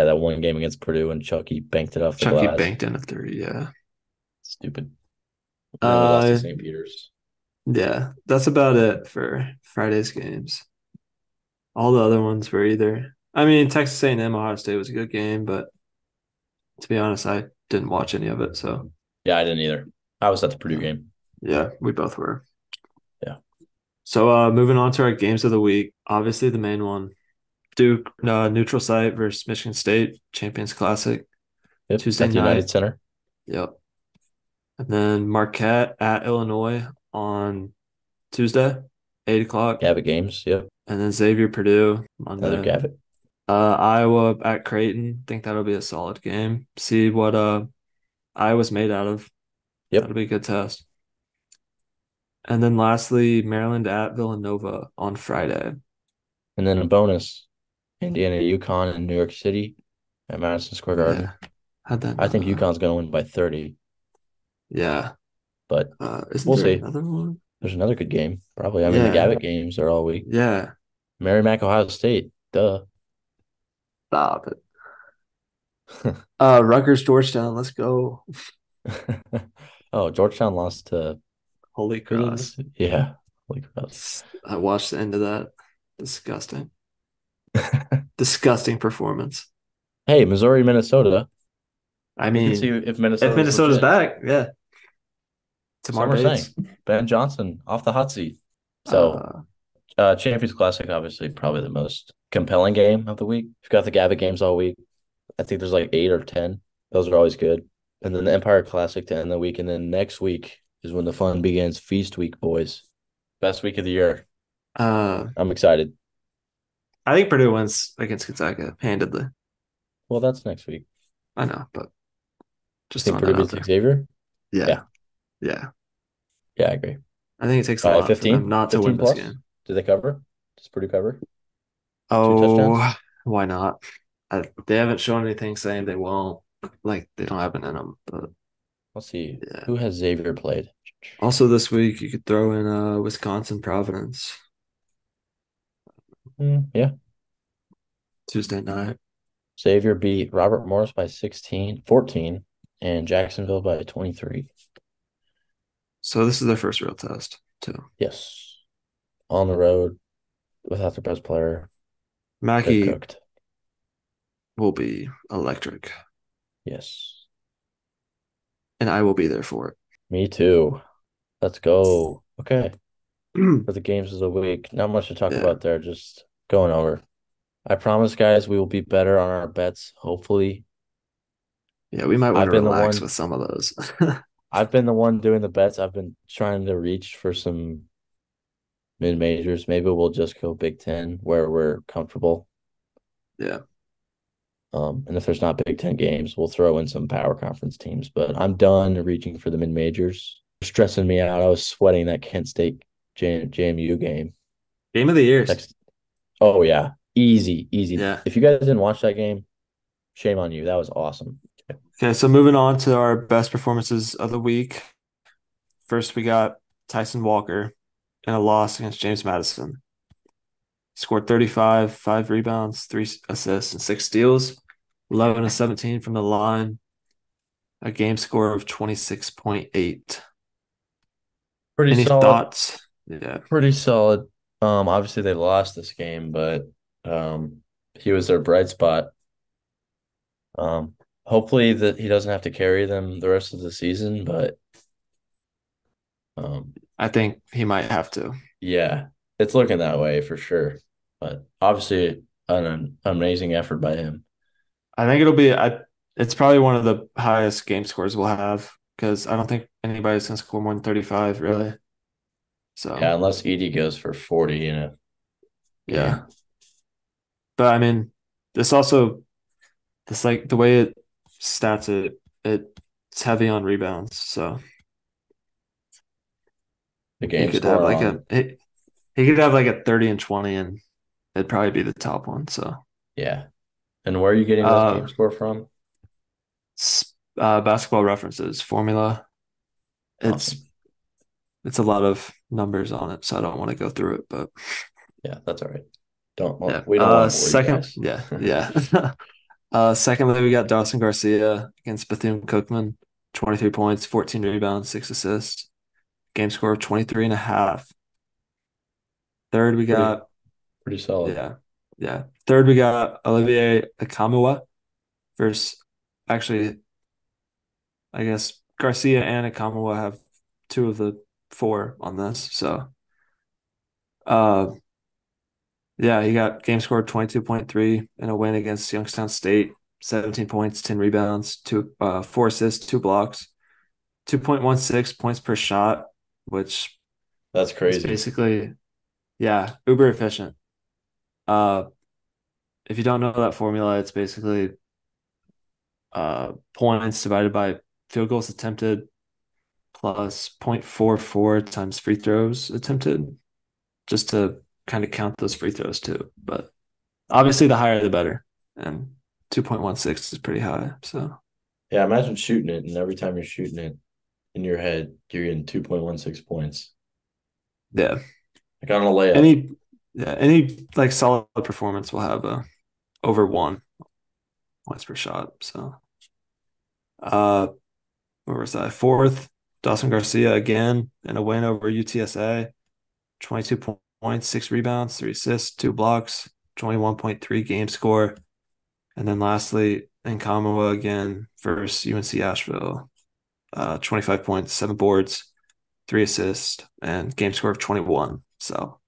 Speaker 2: That one game against Purdue and Chucky banked it off the
Speaker 3: Chucky
Speaker 2: glass.
Speaker 3: banked in a three. Yeah,
Speaker 2: Stupid. Now we lost to
Speaker 3: Uh,
Speaker 2: St. Peter's.
Speaker 3: yeah, that's about it for Friday's games. All the other ones were either. I mean, Texas A&M Ohio State was a good game, but to be honest, I didn't watch any of it. So
Speaker 2: Yeah, I didn't either. I was at the Purdue game.
Speaker 3: Yeah, we both were.
Speaker 2: Yeah.
Speaker 3: So uh moving on to our games of the week. Obviously the main one. Duke uh, neutral site versus Michigan State Champions Classic.
Speaker 2: Yep,
Speaker 3: Tuesday
Speaker 2: at the United
Speaker 3: night.
Speaker 2: Center.
Speaker 3: Yep. And then Marquette at Illinois on Tuesday, eight o'clock.
Speaker 2: Gavitt games. Yep,
Speaker 3: And then Xavier Purdue
Speaker 2: another
Speaker 3: Monday.
Speaker 2: Gavitt.
Speaker 3: Uh, Iowa at Creighton. Think that'll be a solid game. See what uh Iowa's made out of.
Speaker 2: Yep.
Speaker 3: That'll be a good test. And then lastly, Maryland at Villanova on Friday.
Speaker 2: And then a bonus, Indiana, Yukon, and New York City at Madison Square Garden.
Speaker 3: Yeah. How'd that
Speaker 2: I think
Speaker 3: not-
Speaker 2: UConn's going to win by 30,
Speaker 3: Yeah.
Speaker 2: but
Speaker 3: Uh, isn't
Speaker 2: We'll
Speaker 3: there
Speaker 2: see.
Speaker 3: another one?
Speaker 2: there's another good game, probably. I mean, the
Speaker 3: Yeah.
Speaker 2: Gavitt games are all week.
Speaker 3: Yeah.
Speaker 2: Merrimack, Ohio State. Duh.
Speaker 3: Stop it. uh, Rutgers Georgetown. Let's go.
Speaker 2: oh, Georgetown lost to. who
Speaker 3: Holy
Speaker 2: did they
Speaker 3: cross.
Speaker 2: lose to? Yeah. uh, Holy cross.
Speaker 3: I watched the end of that. Disgusting. Disgusting performance.
Speaker 2: Hey, Missouri, Minnesota.
Speaker 3: I
Speaker 2: You
Speaker 3: mean,
Speaker 2: can see if Minnesota.
Speaker 3: if Minnesota's back, yeah. Tomorrow
Speaker 2: Summer
Speaker 3: Bates.
Speaker 2: Ben Johnson off the hot seat. So.
Speaker 3: Uh,
Speaker 2: Uh, Champions Classic, obviously, probably the most compelling game of the week. We've got the Gavitt games all week. I think there's like eight or ten. Those are always good. And then the Empire Classic to end the week. And then next week is when the fun begins. Feast week, boys. Best week of the year.
Speaker 3: uh,
Speaker 2: I'm excited.
Speaker 3: I think Purdue wins against Gonzaga handedly.
Speaker 2: Well, that's next week.
Speaker 3: I know, but
Speaker 2: I
Speaker 3: just
Speaker 2: think
Speaker 3: throwing
Speaker 2: Purdue
Speaker 3: that out
Speaker 2: beats
Speaker 3: there.
Speaker 2: Xavier.
Speaker 3: Yeah. yeah,
Speaker 2: Yeah. Yeah, I agree.
Speaker 3: I think it takes a
Speaker 2: By
Speaker 3: lot 15?
Speaker 2: 15?
Speaker 3: for them not to
Speaker 2: 15
Speaker 3: win this
Speaker 2: plus?
Speaker 3: game.
Speaker 2: Do they cover? Does Purdue cover?
Speaker 3: Oh,
Speaker 2: touchdowns?
Speaker 3: why not? I, they haven't shown anything saying they won't. Like they don't have it in them. But
Speaker 2: Let's see.
Speaker 3: Yeah.
Speaker 2: Who has Xavier played?
Speaker 3: also this week you could throw in uh Wisconsin Providence
Speaker 2: Hmm, yeah.
Speaker 3: Tuesday night.
Speaker 2: Xavier beat Robert Morris by 16, 14, and Jacksonville by 23.
Speaker 3: So this is their first real test too.
Speaker 2: Yes. On the road without their best player. They're
Speaker 3: Mackey
Speaker 2: cooked.
Speaker 3: will be electric,
Speaker 2: Yes.
Speaker 3: and I will be there for
Speaker 2: Me too. Let's go. Okay.
Speaker 3: it.
Speaker 2: For the games of the week. Not much to talk
Speaker 3: Yeah.
Speaker 2: about there. Just Going over. I promise, guys, we will be better on our bets. Hopefully,
Speaker 3: Yeah, we might want
Speaker 2: I've
Speaker 3: to
Speaker 2: been the
Speaker 3: relax
Speaker 2: one-
Speaker 3: with some of those.
Speaker 2: I've been the one doing the bets. I've been trying to reach for some mid majors. Maybe we'll just go Big Ten where we're comfortable.
Speaker 3: Yeah.
Speaker 2: Um, and if there's not Big Ten games, we'll throw in some power conference teams. But I'm done reaching for the mid majors. Stressing me out. I was sweating that Kent State J- JMU game.
Speaker 3: Game of the year.
Speaker 2: Next. Oh yeah, easy, easy.
Speaker 3: Yeah.
Speaker 2: If you guys didn't watch that game, shame on you. That was awesome.
Speaker 3: Okay, so moving on to our best performances of the week. First, we got Tyson Walker in a loss against James Madison. Scored 35, five rebounds, three assists, and six steals. 11 to 17 from the line. A game score of 26.8.
Speaker 2: Pretty
Speaker 3: Any
Speaker 2: solid.
Speaker 3: thoughts? Yeah.
Speaker 2: Pretty solid. Um, obviously they lost this game, but um, he was their bright spot. Um, hopefully that he doesn't have to carry them the rest of the season, but um,
Speaker 3: I think he might have to.
Speaker 2: yeah, it's looking that way for sure. But obviously, an, an amazing effort by him.
Speaker 3: I think it'll be I it's probably one of the highest game scores we'll have because I don't think anybody's gonna score more than 35, really. So
Speaker 2: Yeah, unless Edie goes for forty, you know.
Speaker 3: Yeah. But I mean, this also, this like the way it stats it, it it's heavy on rebounds. So
Speaker 2: The
Speaker 3: he
Speaker 2: game
Speaker 3: could have
Speaker 2: score
Speaker 3: like
Speaker 2: on-
Speaker 3: a he, he could have like a thirty and twenty, and it'd probably be the top one. So
Speaker 2: yeah. And where are you getting this
Speaker 3: Uh,
Speaker 2: game score from?
Speaker 3: s- uh, basketball references formula. It's
Speaker 2: Awesome.
Speaker 3: it's a lot of numbers on it, so I don't want to go through it. But
Speaker 2: Yeah, that's all right. Don't
Speaker 3: yeah,
Speaker 2: we don't
Speaker 3: uh,
Speaker 2: want to bore you
Speaker 3: second,
Speaker 2: guys.
Speaker 3: yeah, yeah. uh, secondly, we got Dawson Garcia against Bethune Cookman, 23 points, 14 rebounds, six assists, game score of 23 and a half. Third, we
Speaker 2: Pretty-
Speaker 3: got,
Speaker 2: pretty solid.
Speaker 3: yeah, yeah. Third, we got Olivier Akamua versus actually, I guess Garcia and Akamua have two of the four on this. So, uh, yeah, he got game score 22.3 in a win against Youngstown State, 17 points, 10 rebounds, two uh, four assists, two blocks, 2.16 points per shot, which
Speaker 2: That's
Speaker 3: is
Speaker 2: crazy.
Speaker 3: basically yeah, uber efficient. Uh if you don't know that formula, it's basically uh points divided by field goals attempted plus 0.44 times free throws attempted just to kind of count those free throws too. But obviously, the higher the better. And 2.16 is pretty high. So,
Speaker 2: Yeah, imagine shooting it, and every time you're shooting it in your head, you're getting two point one six points.
Speaker 3: yeah.
Speaker 2: Like on a layup.
Speaker 3: Any, yeah, any like solid performance will have a over one points per shot. So, uh, where was I? Fourth, Dawson Garcia again in a win over UTSA, 22 po- points, six rebounds, three assists, two blocks, 21.3 game score. And then lastly, Nkamawa again versus UNC Asheville, uh, 25 points, seven boards, three assists, and game score of 21. So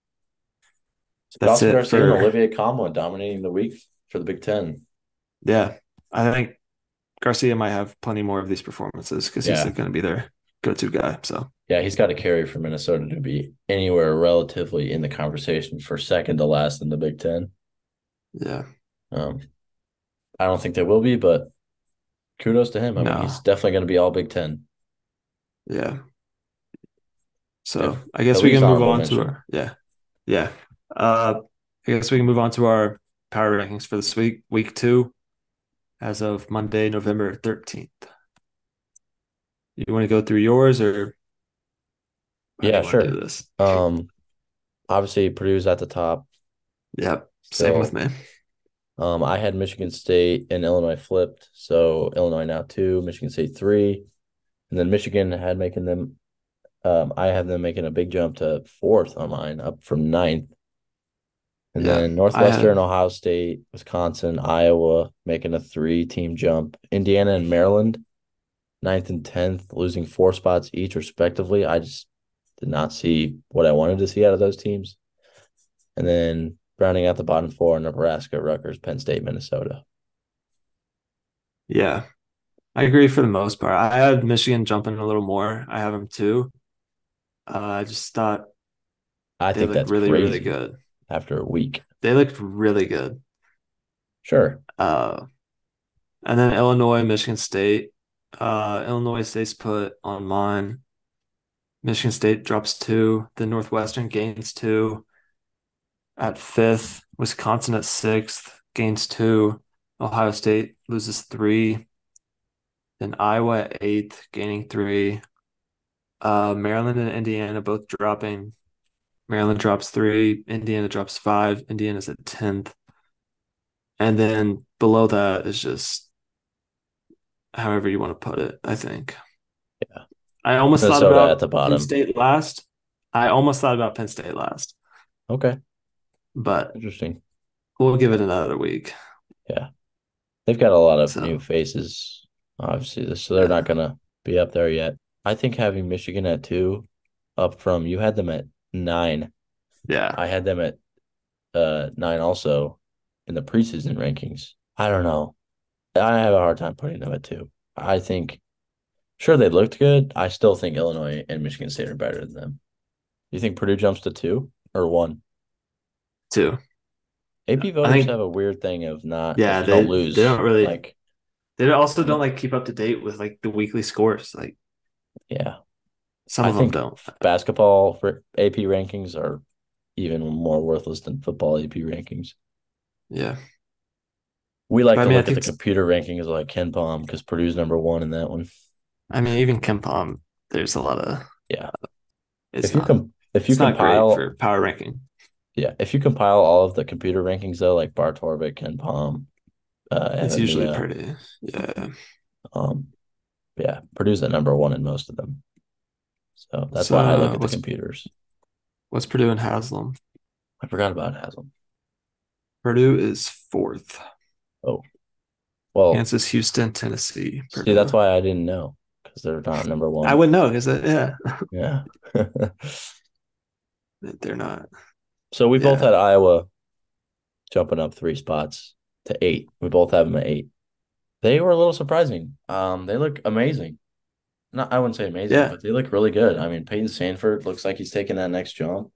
Speaker 3: that's
Speaker 2: Dawson
Speaker 3: it
Speaker 2: Garcia
Speaker 3: for-
Speaker 2: and Olivia Kamwa dominating the week for the Big Ten.
Speaker 3: Yeah, I think Garcia might have plenty more of these performances because he's
Speaker 2: Yeah.
Speaker 3: going to be their go-to guy. So
Speaker 2: Yeah, he's got to carry for Minnesota to be anywhere relatively in the conversation for second to last in the Big Ten.
Speaker 3: yeah,
Speaker 2: Um, I don't think they will be, but kudos to him. I
Speaker 3: No.
Speaker 2: mean, he's definitely going to be all Big Ten.
Speaker 3: yeah. So
Speaker 2: If-
Speaker 3: I guess
Speaker 2: at
Speaker 3: we can
Speaker 2: least
Speaker 3: move
Speaker 2: honorable
Speaker 3: on to
Speaker 2: mention.
Speaker 3: our yeah, yeah. Uh, I guess we can move on to our power rankings for this week, week two, as of Monday, November thirteenth. You want to go through yours or? how do you
Speaker 2: Yeah,
Speaker 3: wanna
Speaker 2: sure.
Speaker 3: Do this.
Speaker 2: Um, obviously Purdue's at the top.
Speaker 3: Yep. Same
Speaker 2: So-
Speaker 3: with me.
Speaker 2: Um, I had Michigan State and Illinois flipped, so Illinois now two, Michigan State three, and then Michigan had making them. Um, I have them making a big jump to fourth on mine, up from ninth, and
Speaker 3: Yeah,
Speaker 2: then Northwestern, Ohio State, Wisconsin, Iowa making a three-team jump. Indiana and Maryland, ninth and tenth, losing four spots each respectively. I just did not see what I wanted to see out of those teams, and then rounding out the bottom four Nebraska, Rutgers, Penn State, Minnesota.
Speaker 3: Yeah, I agree for the most part. I had Michigan jumping a little more. I have them too. Uh, I just thought
Speaker 2: I
Speaker 3: they
Speaker 2: think
Speaker 3: looked
Speaker 2: that's
Speaker 3: really,
Speaker 2: crazy
Speaker 3: really good.
Speaker 2: after a week.
Speaker 3: They looked really good.
Speaker 2: Sure.
Speaker 3: Uh, and then Illinois, Michigan State. Uh, Illinois State's put on mine. Michigan State drops two. The Northwestern gains two. At fifth, Wisconsin at sixth gains two. Ohio State loses three. Then Iowa at eighth, gaining three. Uh, Maryland and Indiana both dropping. Maryland drops three. Indiana drops five. Indiana's at tenth. And then below that is just however you want to put it, I think.
Speaker 2: Yeah.
Speaker 3: I almost thought
Speaker 2: Minnesota
Speaker 3: about
Speaker 2: at the bottom.
Speaker 3: Penn State last. I almost thought about Penn State last,
Speaker 2: Okay.
Speaker 3: but
Speaker 2: Interesting.
Speaker 3: we'll give it another week.
Speaker 2: They've got a lot of
Speaker 3: So-
Speaker 2: new faces, obviously, so they're not going to be up there yet. I think having Michigan at two up from you had them at nine.
Speaker 3: Yeah.
Speaker 2: I had them at uh nine also in the preseason rankings. I don't know. I have a hard time putting them at two. I think sure they looked good. I still think Illinois and Michigan State are better than them. Do you think Purdue jumps to two or one?
Speaker 3: Two.
Speaker 2: AP voters
Speaker 3: think-
Speaker 2: have a weird thing of not
Speaker 3: Yeah,
Speaker 2: if
Speaker 3: they-
Speaker 2: you don't lose.
Speaker 3: they don't really-
Speaker 2: like
Speaker 3: They also don't like keep up to date with like the weekly scores. Like
Speaker 2: yeah.
Speaker 3: some
Speaker 2: I
Speaker 3: of
Speaker 2: think
Speaker 3: them don't.
Speaker 2: basketball for AP rankings are even more worthless than football AP rankings.
Speaker 3: Yeah.
Speaker 2: We like
Speaker 3: But I
Speaker 2: to
Speaker 3: mean, I
Speaker 2: look at
Speaker 3: think
Speaker 2: the
Speaker 3: s-
Speaker 2: computer rankings like Ken Palm because Purdue's number one in that one.
Speaker 3: I mean, even Kempom, there's a lot of
Speaker 2: Yeah.
Speaker 3: It's
Speaker 2: if you
Speaker 3: not,
Speaker 2: com- if you
Speaker 3: it's not
Speaker 2: compile
Speaker 3: great for power ranking.
Speaker 2: yeah if you compile all of the computer rankings though like Bar Torvik and Palm, uh,
Speaker 3: It's
Speaker 2: Evan
Speaker 3: usually
Speaker 2: Mia,
Speaker 3: pretty. Yeah.
Speaker 2: um yeah Purdue's the number one in most of them, so that's why I
Speaker 3: So,
Speaker 2: look at the
Speaker 3: what's-
Speaker 2: computers.
Speaker 3: What's Purdue and Haslam?
Speaker 2: I forgot about Haslam.
Speaker 3: Purdue is fourth.
Speaker 2: Well,
Speaker 3: Kansas, Houston, Tennessee.
Speaker 2: Oh. see that's why I didn't know because they're not number one.
Speaker 3: I wouldn't know because yeah,
Speaker 2: yeah.
Speaker 3: they're not.
Speaker 2: so we both
Speaker 3: Yeah.
Speaker 2: had Iowa jumping up three spots to eight. We both have them at eight. They were a little surprising. Um, they look amazing. Not, I wouldn't say amazing,
Speaker 3: Yeah.
Speaker 2: but they look really good. I mean, Peyton Sanford looks like he's taking that next jump.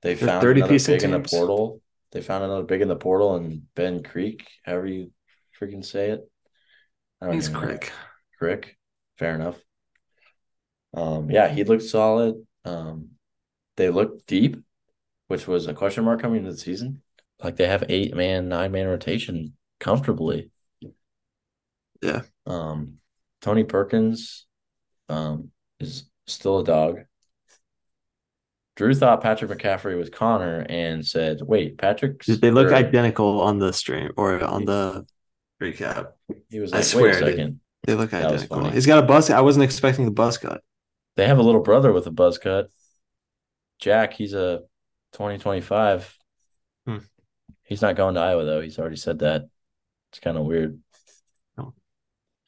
Speaker 2: They
Speaker 3: They're
Speaker 2: found
Speaker 3: 30
Speaker 2: another
Speaker 3: piece in
Speaker 2: big in the
Speaker 3: teams.
Speaker 2: portal. They found another big in the portal in Ben Creek, however you freaking say it. I don't
Speaker 3: He's
Speaker 2: even know.
Speaker 3: quick.
Speaker 2: Crick. Fair enough. Um, yeah, he looked solid. Um, they looked deep, which was a question mark coming into the season. Like they have eight man, nine man rotation comfortably.
Speaker 3: Yeah.
Speaker 2: Um, Tony Perkins um, is still a dog. Drew thought Patrick McCaffrey was Connor and said, "Wait, Patrick."
Speaker 3: They look
Speaker 2: or-
Speaker 3: identical on the stream or on the recap.
Speaker 2: He was
Speaker 3: I
Speaker 2: like,
Speaker 3: swear
Speaker 2: "Wait a
Speaker 3: I did.
Speaker 2: second.
Speaker 3: They look
Speaker 2: That was
Speaker 3: identical.
Speaker 2: funny.
Speaker 3: He's got a buzz. I wasn't expecting the buzz cut.
Speaker 2: They have a little brother with a buzz cut. Jack, he's a 2025.
Speaker 3: Hmm.
Speaker 2: He's not going to Iowa though. He's already said that. It's kind of weird.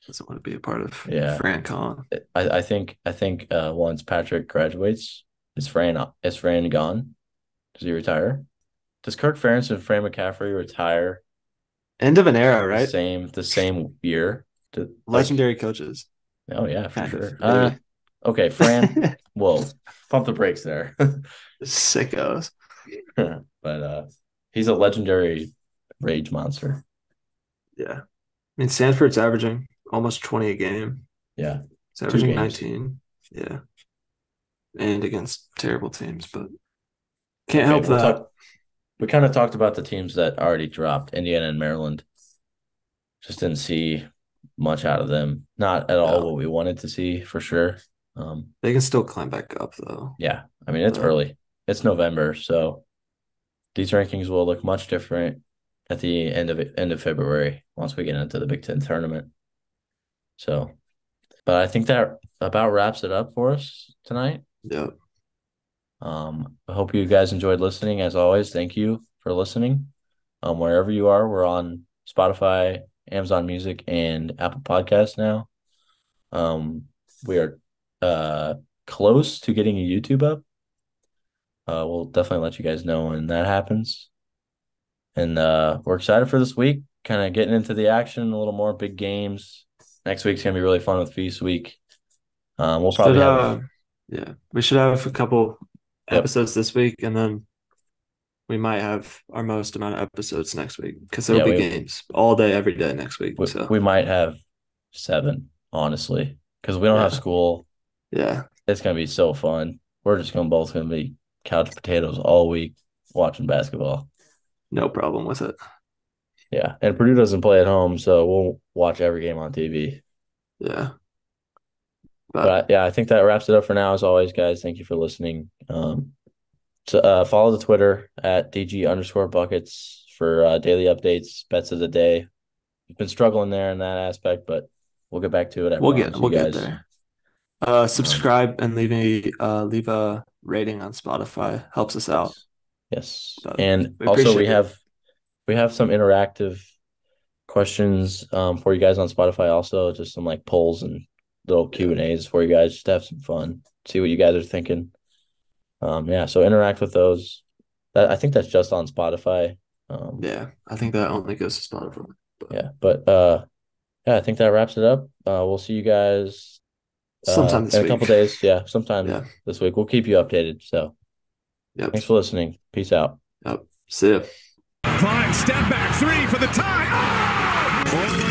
Speaker 3: Doesn't want to be a part of
Speaker 2: Yeah.
Speaker 3: Francon.
Speaker 2: I, I think I think uh, once Patrick graduates, is Fran is Fran gone? Does he retire? Does Kirk Ferentz and Fran McCaffrey retire
Speaker 3: End of an era,
Speaker 2: the
Speaker 3: Oh, right?
Speaker 2: same the same year? Do- like-
Speaker 3: Legendary coaches.
Speaker 2: oh yeah, for
Speaker 3: Kind
Speaker 2: sure.
Speaker 3: of.
Speaker 2: Uh,
Speaker 3: Maybe.
Speaker 2: okay, Fran. whoa, pump the brakes there.
Speaker 3: Sickos.
Speaker 2: but uh, he's a legendary rage monster.
Speaker 3: Yeah. I mean, Sanford's averaging almost 20 a game.
Speaker 2: Yeah.
Speaker 3: He's averaging
Speaker 2: games.
Speaker 3: 19. Yeah. And against terrible teams, but can't
Speaker 2: Okay,
Speaker 3: help
Speaker 2: we'll
Speaker 3: that.
Speaker 2: talk- we kind of talked about the teams that already dropped Indiana and Maryland. Just didn't see much out of them. Not at all
Speaker 3: No.
Speaker 2: what we wanted to see for sure. Um,
Speaker 3: They can still climb back up, though.
Speaker 2: yeah, I mean, it's
Speaker 3: No.
Speaker 2: early, it's November. So these rankings will look much different at the end of end of February once we get into the Big Ten tournament. So, but I think that about wraps it up for us tonight.
Speaker 3: Yeah.
Speaker 2: Um, I hope you guys enjoyed listening. As always, thank you for listening. Um, wherever you are, we're on Spotify, Amazon Music, and Apple Podcasts now. Um, we are uh close to getting a YouTube up. Uh, we'll definitely let you guys know when that happens. And uh, we're excited for this week, kind of getting into the action a little more, big games. Next week's going to be really fun with Feast Week. Um, we'll probably
Speaker 3: Should,
Speaker 2: have
Speaker 3: uh, yeah, we should have a couple
Speaker 2: Yep.
Speaker 3: episodes this week, and then we might have our most amount of episodes next week because
Speaker 2: Yeah,
Speaker 3: there'll be
Speaker 2: we-
Speaker 3: games all day, every day next week.
Speaker 2: we,
Speaker 3: so
Speaker 2: we might have seven, honestly, because we don't have
Speaker 3: Yeah.
Speaker 2: school.
Speaker 3: yeah,
Speaker 2: It's going to be so fun. We're just going to both going to be couch potatoes all week watching basketball.
Speaker 3: no problem with it.
Speaker 2: Yeah. And Purdue doesn't play at home, so we'll watch every game on TV.
Speaker 3: Yeah,
Speaker 2: but yeah, I think that wraps it up for now. As always, guys, thank you for listening. Um, so, uh, follow the Twitter at DG underscore buckets for uh, daily updates, bets of the day. We've been struggling there in that aspect, but we'll get back to it. I
Speaker 3: we'll get
Speaker 2: promise you
Speaker 3: we'll get
Speaker 2: guys.
Speaker 3: there. Uh, subscribe and leave a uh, leave a rating on Spotify. Helps us out.
Speaker 2: Yes,
Speaker 3: So,
Speaker 2: and
Speaker 3: we
Speaker 2: also we
Speaker 3: appreciate it.
Speaker 2: have we have some interactive questions um, for you guys on Spotify. Also, just some like polls and little Q and A's for you guys. Just to have some fun, see what you guys are thinking. Um, yeah, so interact with those. That, I think that's just on Spotify. Um, yeah.
Speaker 3: Yeah, I think that only goes to Spotify.
Speaker 2: but uh, yeah, I think that wraps it up. Uh, we'll see you guys uh,
Speaker 3: Sometime this
Speaker 2: in
Speaker 3: week.
Speaker 2: a couple days. Yeah, sometime
Speaker 3: Yeah.
Speaker 2: this week. We'll keep you updated. So
Speaker 3: Yep.
Speaker 2: thanks for listening. Peace out.
Speaker 3: Yep. See ya.
Speaker 1: Klein step back three for the tie. Oh! Oh,